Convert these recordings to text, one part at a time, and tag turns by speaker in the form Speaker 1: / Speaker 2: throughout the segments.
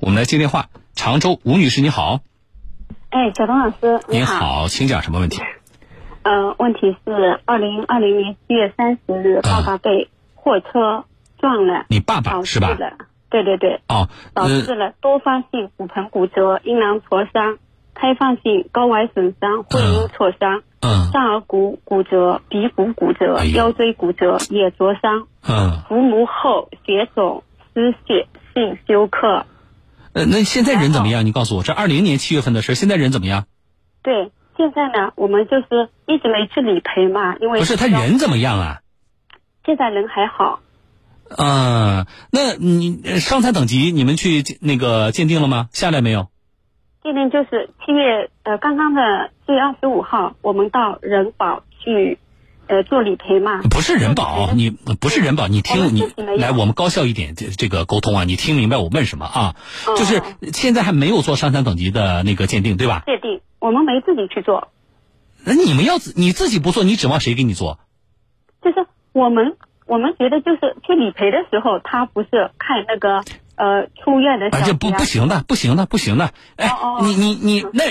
Speaker 1: 我们来接电话。常州吴女士，你好，
Speaker 2: 哎，小东老师，你
Speaker 1: 您，好，请讲什么问题？
Speaker 2: 嗯、问题是二零二零年七月三十日，
Speaker 1: 啊
Speaker 2: 爸爸被货车撞了，
Speaker 1: 你爸爸
Speaker 2: 导
Speaker 1: 啊是
Speaker 2: 致
Speaker 1: 吧？
Speaker 2: 了，对对对，
Speaker 1: 哦，
Speaker 2: 导
Speaker 1: 呃
Speaker 2: 致，了多发性骨盆骨折、阴囊挫伤、开放性睾丸损伤、会阴挫伤、
Speaker 1: 嗯
Speaker 2: 上颌骨骨折、鼻骨骨折、
Speaker 1: 哎呦
Speaker 2: 腰椎骨折、眼灼伤、
Speaker 1: 嗯，
Speaker 2: 腹膜后血肿、失血性休克。
Speaker 1: 呃，那现在人怎么样？你告诉我，这二零年七月份的事，现在人怎么样？
Speaker 2: 对，现在呢，我们就是一直没去理赔嘛，因为
Speaker 1: 不是他人怎么样啊？
Speaker 2: 现在人还好。
Speaker 1: 嗯，那你呃伤残等级你们去鉴那个鉴定了吗？下来没有？
Speaker 2: 今天就是七月呃刚刚的七月二十五号，我们到人保去呃做理赔嘛。
Speaker 1: 不是人保，你不是人保，你
Speaker 2: 我
Speaker 1: 听
Speaker 2: 们
Speaker 1: 你
Speaker 2: 自己没有
Speaker 1: 来，我们高效一点，这这个沟通啊，你听明白我问什么啊？
Speaker 2: 嗯
Speaker 1: 就是现在还没有做伤残等级的那个鉴定，对吧？
Speaker 2: 界定，我们没自己去做，
Speaker 1: 那你们要自你自己不做，你指望谁给你做？
Speaker 2: 就是我们我们觉得就是去理赔的时候，他不是看那个呃出院的
Speaker 1: 啊，
Speaker 2: 小
Speaker 1: 这
Speaker 2: 姐
Speaker 1: 不不行的，不行的，不行的。哎
Speaker 2: 哦，哦
Speaker 1: 你你你那，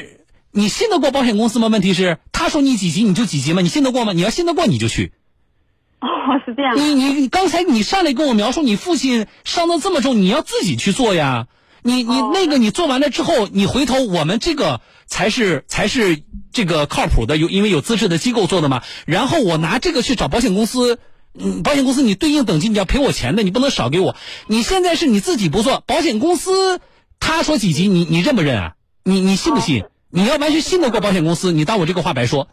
Speaker 1: 你信得过保险公司吗？问题是，他说你几级你就几级吗？你信得过吗？你要信得过你就去。
Speaker 2: 哦是这样，
Speaker 1: 你你你刚才你上来跟我描述你父亲伤得这么重，你要自己去做呀。你你
Speaker 2: 哦
Speaker 1: 那个你做完了之后，你回头我们这个才是才是这个靠谱的，有因为有资质的机构做的嘛。然后我拿这个去找保险公司，嗯，保险公司你对应等级你要赔我钱的，你不能少给我。你现在是你自己不做，保险公司他说几级，你你认不认啊？你你信不信？你要完全信得过保险公司，你当我这个话白说？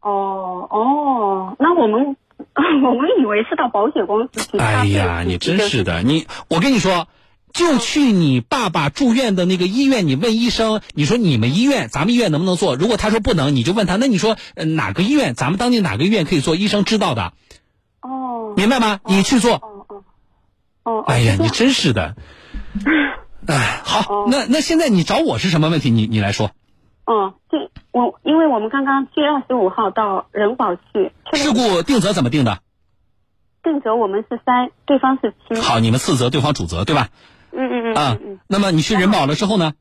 Speaker 2: 哦哦，那我们 我们以为是到保险公司去，
Speaker 1: 哎呀，你真是的，
Speaker 2: 的，
Speaker 1: 你我跟你说，就去你爸爸住院的那个医院，你问医生，你说你们医院，咱们医院能不能做？如果他说不能，你就问他，那你说、呃哪个医院，咱们当地哪个医院可以做？医生知道的，
Speaker 2: 哦
Speaker 1: 明白吗？你去做。
Speaker 2: 哦哦哦，哦
Speaker 1: 哎呀，
Speaker 2: 是这
Speaker 1: 你
Speaker 2: 样
Speaker 1: 真是的。哎，好，那那现在你找我是什么问题？你你来说，
Speaker 2: 哦，对，我因为我们刚刚七月二十五号到人保去，去
Speaker 1: 事
Speaker 2: 了
Speaker 1: 故定责怎么定的？
Speaker 2: 定责我们是三，对方是七。
Speaker 1: 好，你们次责，对方主责，对吧？
Speaker 2: 嗯，嗯嗯
Speaker 1: 啊
Speaker 2: 嗯嗯，，
Speaker 1: 那么你去人保了之后呢？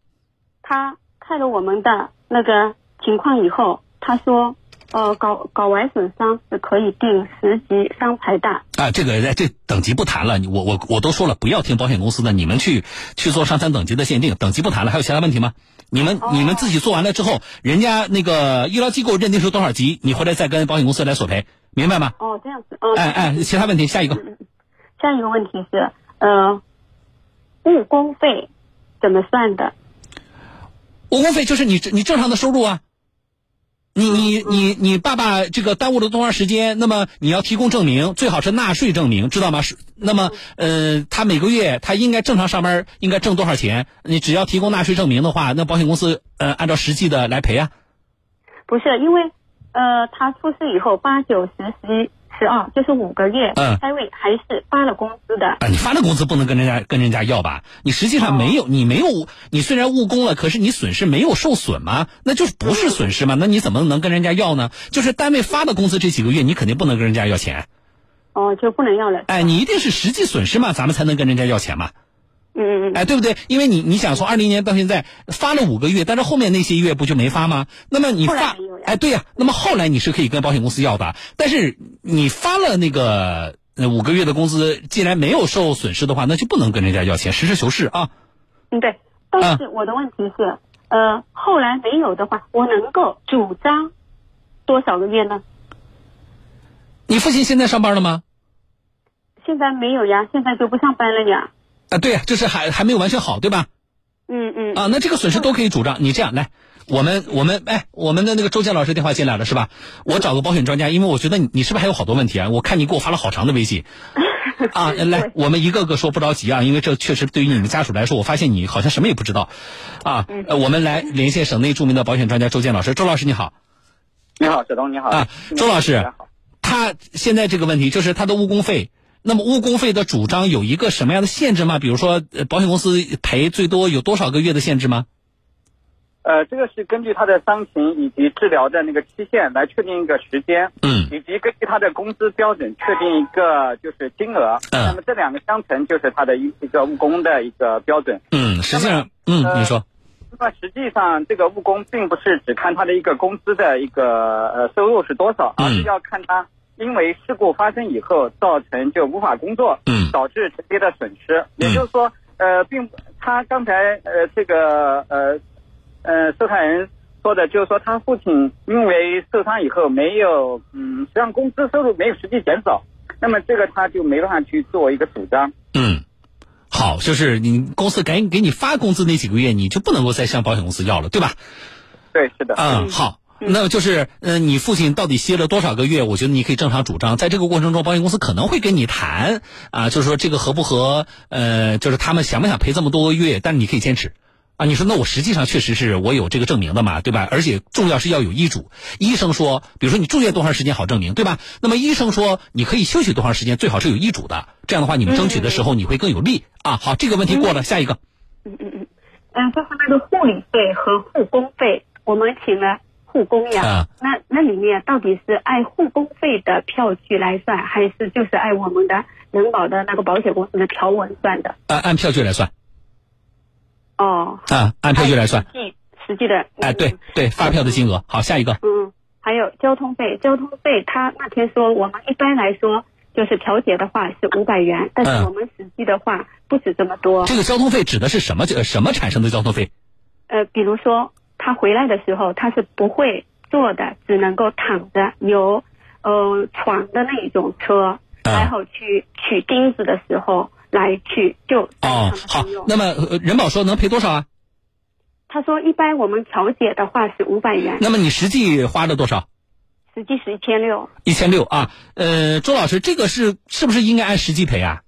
Speaker 2: 他看了我们的那个情况以后，他说，呃，睾睾丸损伤是可以定十级伤残的。
Speaker 1: 啊，这个这等级不谈了，你我我我都说了，不要听保险公司的，你们去去做伤残等级的鉴定，等级不谈了，还有其他问题吗？你们、你们自己做完了之后，人家那个医疗机构认定是多少级，你回来再跟保险公司来索赔，明白吗？
Speaker 2: 哦，这样子，嗯，
Speaker 1: 哎哎，其他问题下一个，
Speaker 2: 下一个问题是，呃，误工费怎么算的？
Speaker 1: 误工费就是你你正常的收入啊，你你你你爸爸这个耽误了多长时间？那么你要提供证明，最好是纳税证明，知道吗？是那么呃，他每个月他应该正常上班应该挣多少钱？你只要提供纳税证明的话，那保险公司呃按照实际的来赔啊。
Speaker 2: 不是因为，呃，他出事以后八九十十一十二，就是五个月，
Speaker 1: 嗯
Speaker 2: 单位还是发了工资的。
Speaker 1: 啊，你发了工资不能跟人家跟人家要吧？你实际上没有，你没有，你虽然误工了，可是你损失没有受损吗？那就是不是损失嘛？那你怎么能跟人家要呢？就是单位发的工资这几个月，你肯定不能跟人家要钱。
Speaker 2: 哦，就不能要了。
Speaker 1: 哎，你一定是实际损失嘛，咱们才能跟人家要钱嘛，
Speaker 2: 嗯嗯嗯，
Speaker 1: 哎，对不对？因为你你想从二零年到现在发了五个月，但是后面那些月不就没发吗？那么你
Speaker 2: 后来
Speaker 1: 发
Speaker 2: 没有呀，
Speaker 1: 哎，对呀、那么后来你是可以跟保险公司要的，但是你发了那个呃五个月的工资，既然没有受损失的话，那就不能跟人家要钱，实事求是啊。
Speaker 2: 嗯对。但是我的问题是，呃，后来没有的话，我能够主张多少个月呢？
Speaker 1: 你父亲现在上班了吗？
Speaker 2: 现在没有呀，现在就不上班了呀。
Speaker 1: 啊，对呀、就是还还没有完全好，对吧？
Speaker 2: 嗯 嗯，
Speaker 1: 啊，那这个损失都可以主张。你这样来，我们我们哎，我们的那个周建老师电话进来了是吧？我找个保险专家，因为我觉得你你是不是还有好多问题啊？我看你给我发了好长的微信。啊，来，我们一个个说，不着急啊，因为这确实对于你们家属来说，我发现你好像什么也不知道，啊，呃我们来连线省内著名的保险专家周建老师，周老师你好，
Speaker 3: 你好，小东，你好
Speaker 1: 啊周老师
Speaker 3: 大家好
Speaker 1: 他现在这个问题就是他的误工费，那么误工费的主张有一个什么样的限制吗？比如说，呃保险公司赔最多有多少个月的限制吗？
Speaker 3: 呃，这个是根据他的伤情以及治疗的那个期限来确定一个时间，
Speaker 1: 嗯
Speaker 3: 以及根据他的工资标准确定一个就是金额。
Speaker 1: 嗯
Speaker 3: 那么这两个相乘就是他的一一个务工的一个标准。
Speaker 1: 嗯，实际上，嗯，
Speaker 3: 呃
Speaker 1: 你说，
Speaker 3: 那么实际上，这个务工并不是只看他的一个工资的一个呃收入是多少，
Speaker 1: 嗯
Speaker 3: 而是要看他因为事故发生以后造成就无法工作，
Speaker 1: 嗯
Speaker 3: 导致直接的损失。也就是说，呃，并不他刚才呃这个呃呃受害人说的，就是说他父亲因为受伤以后没有嗯，实际上工资收入没有实际减少，那么这个他就没办法去做一个主张。
Speaker 1: 嗯，好，就是你公司赶紧给你发工资那几个月，你就不能够再向保险公司要了，对吧？
Speaker 3: 对，是的，
Speaker 1: 嗯，好。那就是，呃，你父亲到底歇了多少个月？我觉得你可以正常主张，在这个过程中，保险公司可能会跟你谈啊，就是说这个合不合，呃，就是他们想不想赔这么多个月？但是你可以坚持啊，你说那我实际上确实是我有这个证明的嘛，对吧？而且重要是要有医嘱，医生说，比如说你住院多长时间好证明，对吧？那么医生说你可以休息多长时间，最好是有医嘱的，这样的话你们争取的时候你会更有利啊。好，这个问题过了，下一个，
Speaker 2: 嗯，就是那个护理费和护工费，我们请了护工呀。
Speaker 1: 啊
Speaker 2: 那那里面到底是按护工费的票据来算，还是就是按我们的人保的那个保险公司的条文算的？
Speaker 1: 按呃按票据来算
Speaker 2: 哦，
Speaker 1: 啊，按票据来算，
Speaker 2: 实际实际的。
Speaker 1: 哎，对对，发票的金额。好，下一个。
Speaker 2: 嗯，还有交通费，交通费他那天说我们一般来说就是调解的话是五百元，但
Speaker 1: 嗯
Speaker 2: 是我们实际的话不止这么多。
Speaker 1: 这个交通费指的是什么？呃什么产生的交通费？
Speaker 2: 呃，比如说他回来的时候他是不会坐的，只能够躺着，有呃床的那一种车，
Speaker 1: 嗯
Speaker 2: 然后去取钉子的时候来去救
Speaker 1: 哦，好，那么呃人保说能赔多少啊？
Speaker 2: 他说一般我们调解的话是五百元，
Speaker 1: 那么你实际花了多少？
Speaker 2: 实际是一千六。
Speaker 1: 一千六啊？呃，周老师，这个是是不是应该按实际赔啊？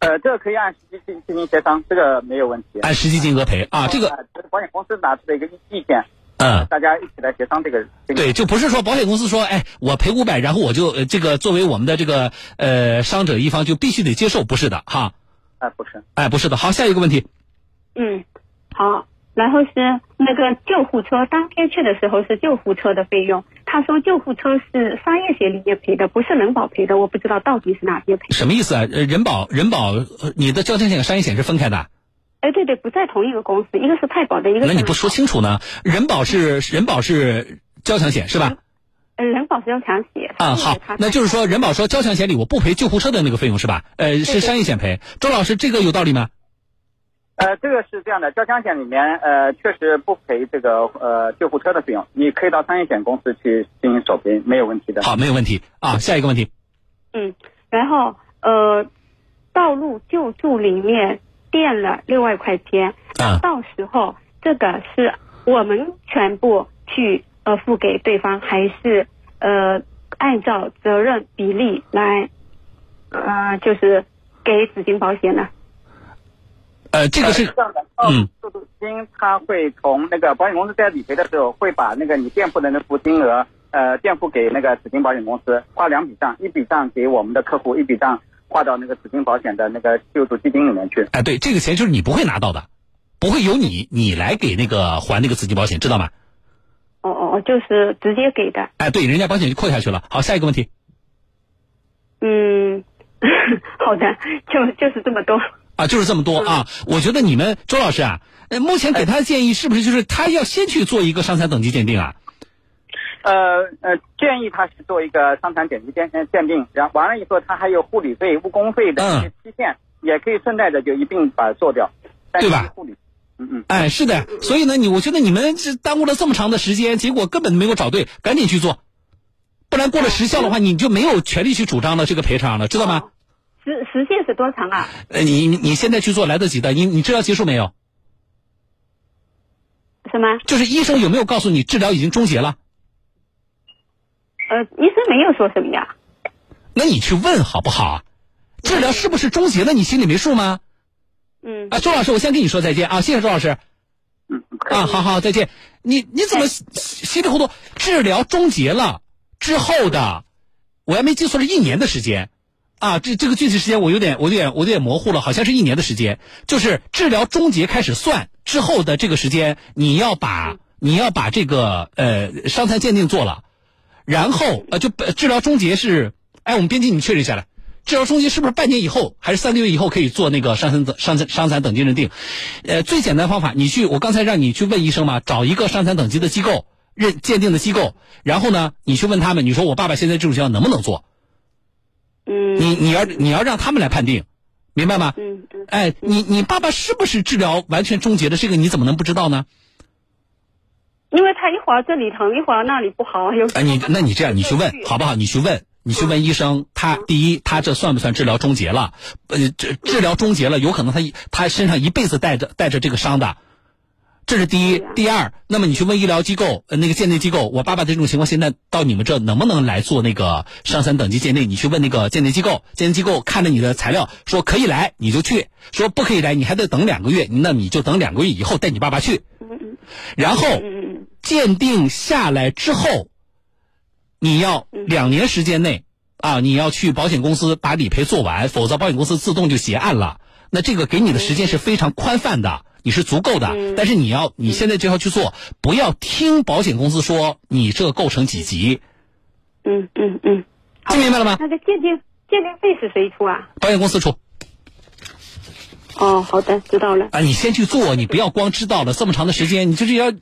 Speaker 3: 呃，这个可以按实际进进行协商，这个没有问题。
Speaker 1: 按实际金额赔哎啊？这个，
Speaker 3: 呃这是保险公司拿出的一个意见，
Speaker 1: 嗯。
Speaker 3: 大家一起来协商这个。这个、
Speaker 1: 对，就不是说保险公司说，哎，我赔五百，然后我就、呃、这个作为我们的这个呃伤者一方就必须得接受，不是的哈，
Speaker 3: 啊、不是，
Speaker 1: 哎，不是的。好，下一个问题，
Speaker 2: 嗯，好。然后是那个救护车，当天去的时候是救护车的费用。他说救护车是商业险里面赔的，不是人保赔的，我不知道到底是哪边赔的。
Speaker 1: 什么意思啊？呃人保人保，呃你的交强险和商业险是分开的啊、
Speaker 2: 哎，对对，不在同一个公司，一个是太保的，一个是
Speaker 1: 那你不说
Speaker 2: 人
Speaker 1: 清楚呢？人保
Speaker 2: 嗯
Speaker 1: 是人保是交强险是吧？
Speaker 2: 保呃人保是要强险
Speaker 1: 啊，好，那就是说人保说交强险里我不赔救护车的那个费用是吧？呃，是
Speaker 2: 对
Speaker 1: 商业险赔。周老师，这个有道理吗？
Speaker 3: 呃，这个是这样的，交强险里面呃确实不赔这个呃救护车的费用，你可以到商业险公司去进行索赔，没有问题的。
Speaker 1: 好，没有问题啊。下一个问题，
Speaker 2: 嗯，然后呃，道路救助里面垫了六万块钱，
Speaker 1: 啊
Speaker 2: 到时候这个是我们全部去呃付给对方，还是呃按照责任比例来呃就是给紫金保险呢？
Speaker 1: 呃，这
Speaker 3: 这
Speaker 1: 个是
Speaker 3: 这样的，
Speaker 1: 嗯，
Speaker 3: 救助金它会从那个保险公司在理赔的时候，会把那个你垫付的那部分金额，呃，垫付给那个紫金保险公司，划两笔账，一笔账给我们的客户，一笔账划到那个紫金保险的那个救助基金里面去。
Speaker 1: 哎，对，这个钱就是你不会拿到的，不会由你你来给那个还那个自己保险，知道吗？
Speaker 2: 哦哦哦，就是直接给的。
Speaker 1: 哎，对，人家保险就扣下去了。好，下一个问题
Speaker 2: 嗯， 好的，就就是这么多。
Speaker 1: 啊，就是这么
Speaker 2: 嗯
Speaker 1: 多啊。我觉得你们周老师啊，呃，目前给他的建议是不是就是他要先去做一个伤残等级鉴定啊？
Speaker 3: 呃呃，建议他是做一个伤残等级鉴呃鉴定，然后完了以后，他还有护理费、误工费的
Speaker 1: 嗯
Speaker 3: 一些期限，也可以顺带着就一并把它做掉，但是
Speaker 1: 对吧
Speaker 3: 护理，嗯嗯，
Speaker 1: 哎，是的，所以呢，你我觉得你们这耽误了这么长的时间，结果根本没有找对，赶紧去做，不然过了时效的话，你就没有权利去主张了这个赔偿了，知道
Speaker 2: 哦
Speaker 1: 吗？
Speaker 2: 时时限是多长啊？
Speaker 1: 呃，你你你现在去做来得及的，你你治疗结束没有？
Speaker 2: 什么？
Speaker 1: 就是医生有没有告诉你治疗已经终结了？
Speaker 2: 呃，医生没有说什么呀。
Speaker 1: 那你去问好不好啊？治疗是不是终结了？你心里没数吗？
Speaker 2: 嗯，
Speaker 1: 啊，周老师，我先跟你说再见啊，谢谢周老师。
Speaker 3: 嗯，可以
Speaker 1: 啊，好好，再见。你你怎么稀稀里糊涂？治疗终结了之后的，我要没记错是一年的时间，啊，这这个具体时间我有点我有点我有点模糊了，好像是一年的时间，就是治疗终结开始算，之后的这个时间，你要把你要把这个呃伤残鉴定做了，然后呃就呃治疗终结是，哎，我们编辑你确认一下来，治疗终结是不是半年以后还是三个月以后可以做那个伤残等伤残伤残等级认定？呃，最简单方法，你去我刚才让你去问医生嘛，找一个伤残等级的机构认鉴定的机构，然后呢，你去问他们，你说我爸爸现在这种情况能不能做？
Speaker 2: 嗯
Speaker 1: 你你要你要让他们来判定，明白吗？
Speaker 2: 嗯嗯
Speaker 1: 哎，你你爸爸是不是治疗完全终结的？这个你怎么能不知道呢？
Speaker 2: 因为他一会儿这里疼，一会儿那里不好，有时
Speaker 1: 哎，
Speaker 2: 候
Speaker 1: 你那你这样，你去问
Speaker 2: 对
Speaker 1: 好不好？你去问，你去问医生，他第一，他这算不算治疗终结了？呃，治治疗终结了，有可能他一他身上一辈子带着带着这个伤的，这是第一
Speaker 2: 对啊。
Speaker 1: 第二，那么你去问医疗机构，呃，那个鉴定机构，我爸爸这种情况现在到你们这能不能来做那个伤残等级鉴定？你去问那个鉴定机构，鉴定机构看着你的材料说可以来，你就去；说不可以来，你还得等两个月，那你就等两个月以后带你爸爸去。然后，
Speaker 2: 嗯
Speaker 1: 鉴定下来之后，你要
Speaker 2: 嗯
Speaker 1: 两年时间内啊，你要去保险公司把理赔做完，否则保险公司自动就结案了。那这个给你的时间是非常宽泛的，你是足够的
Speaker 2: 嗯。
Speaker 1: 但是你要你现在就要去做，不要听保险公司说你这构成几级，
Speaker 2: 嗯嗯嗯嗯，
Speaker 1: 听明白了吗？
Speaker 2: 那个鉴定鉴定费是谁出啊？
Speaker 1: 保险公司出
Speaker 2: 哦，好的，知道了。
Speaker 1: 啊，你先去做，
Speaker 2: 嗯
Speaker 1: 你不要光知道了这么长的时间，你就是要，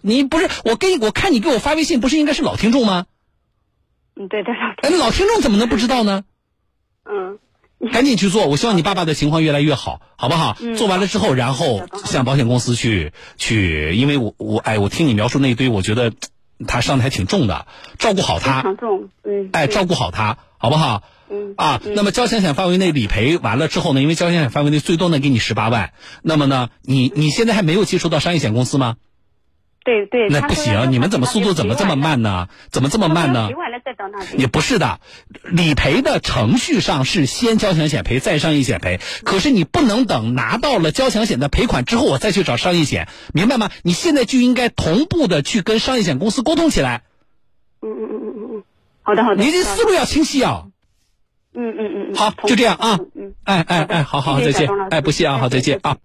Speaker 1: 你不是我给你我看你给我发微信，不是应该是老听众吗？
Speaker 2: 嗯，对对对，
Speaker 1: 哎，老听众怎么能不知道呢？
Speaker 2: 嗯
Speaker 1: 赶紧去做，我希望你爸爸的情况越来越好，好不好？
Speaker 2: 嗯
Speaker 1: 做完了之后，然后向保险公司去去，因为我我哎，我听你描述那一堆，我觉得嗯他伤的还挺重的，照顾好
Speaker 2: 非
Speaker 1: 他，
Speaker 2: 常重，嗯，
Speaker 1: 哎，照顾好他，好不好？
Speaker 2: 嗯
Speaker 1: 啊，那么交强险范围内理赔完了之后呢，因为交强险范围内最多能给你十八万，那么呢，你你现在还没有接触到商业险公司吗？
Speaker 2: 对对，
Speaker 1: 那
Speaker 2: 他
Speaker 1: 不
Speaker 2: 说要
Speaker 1: 行，你们怎么速度怎么这么？慢呢？怎么这么慢呢？
Speaker 2: 提完了再到那里。
Speaker 1: 也不是的，理赔的程序上是先交强险赔，再商业险赔。可是你不能等拿到了交强险的赔款之后，我再去找商业险，明白吗？你现在就应该同步的去跟商业险公司沟通起来，
Speaker 2: 嗯嗯嗯嗯嗯嗯，好的好的。
Speaker 1: 你这
Speaker 2: 知道了
Speaker 1: 思路要清晰啊。
Speaker 2: 嗯嗯嗯嗯，
Speaker 1: 好，
Speaker 2: 同
Speaker 1: 就这样
Speaker 2: 意
Speaker 1: 啊
Speaker 2: 嗯嗯。
Speaker 1: 哎哎哎，好好，
Speaker 2: 谢谢
Speaker 1: 再见
Speaker 2: 小钟老。师
Speaker 1: 哎，不谢啊，好，再见啊。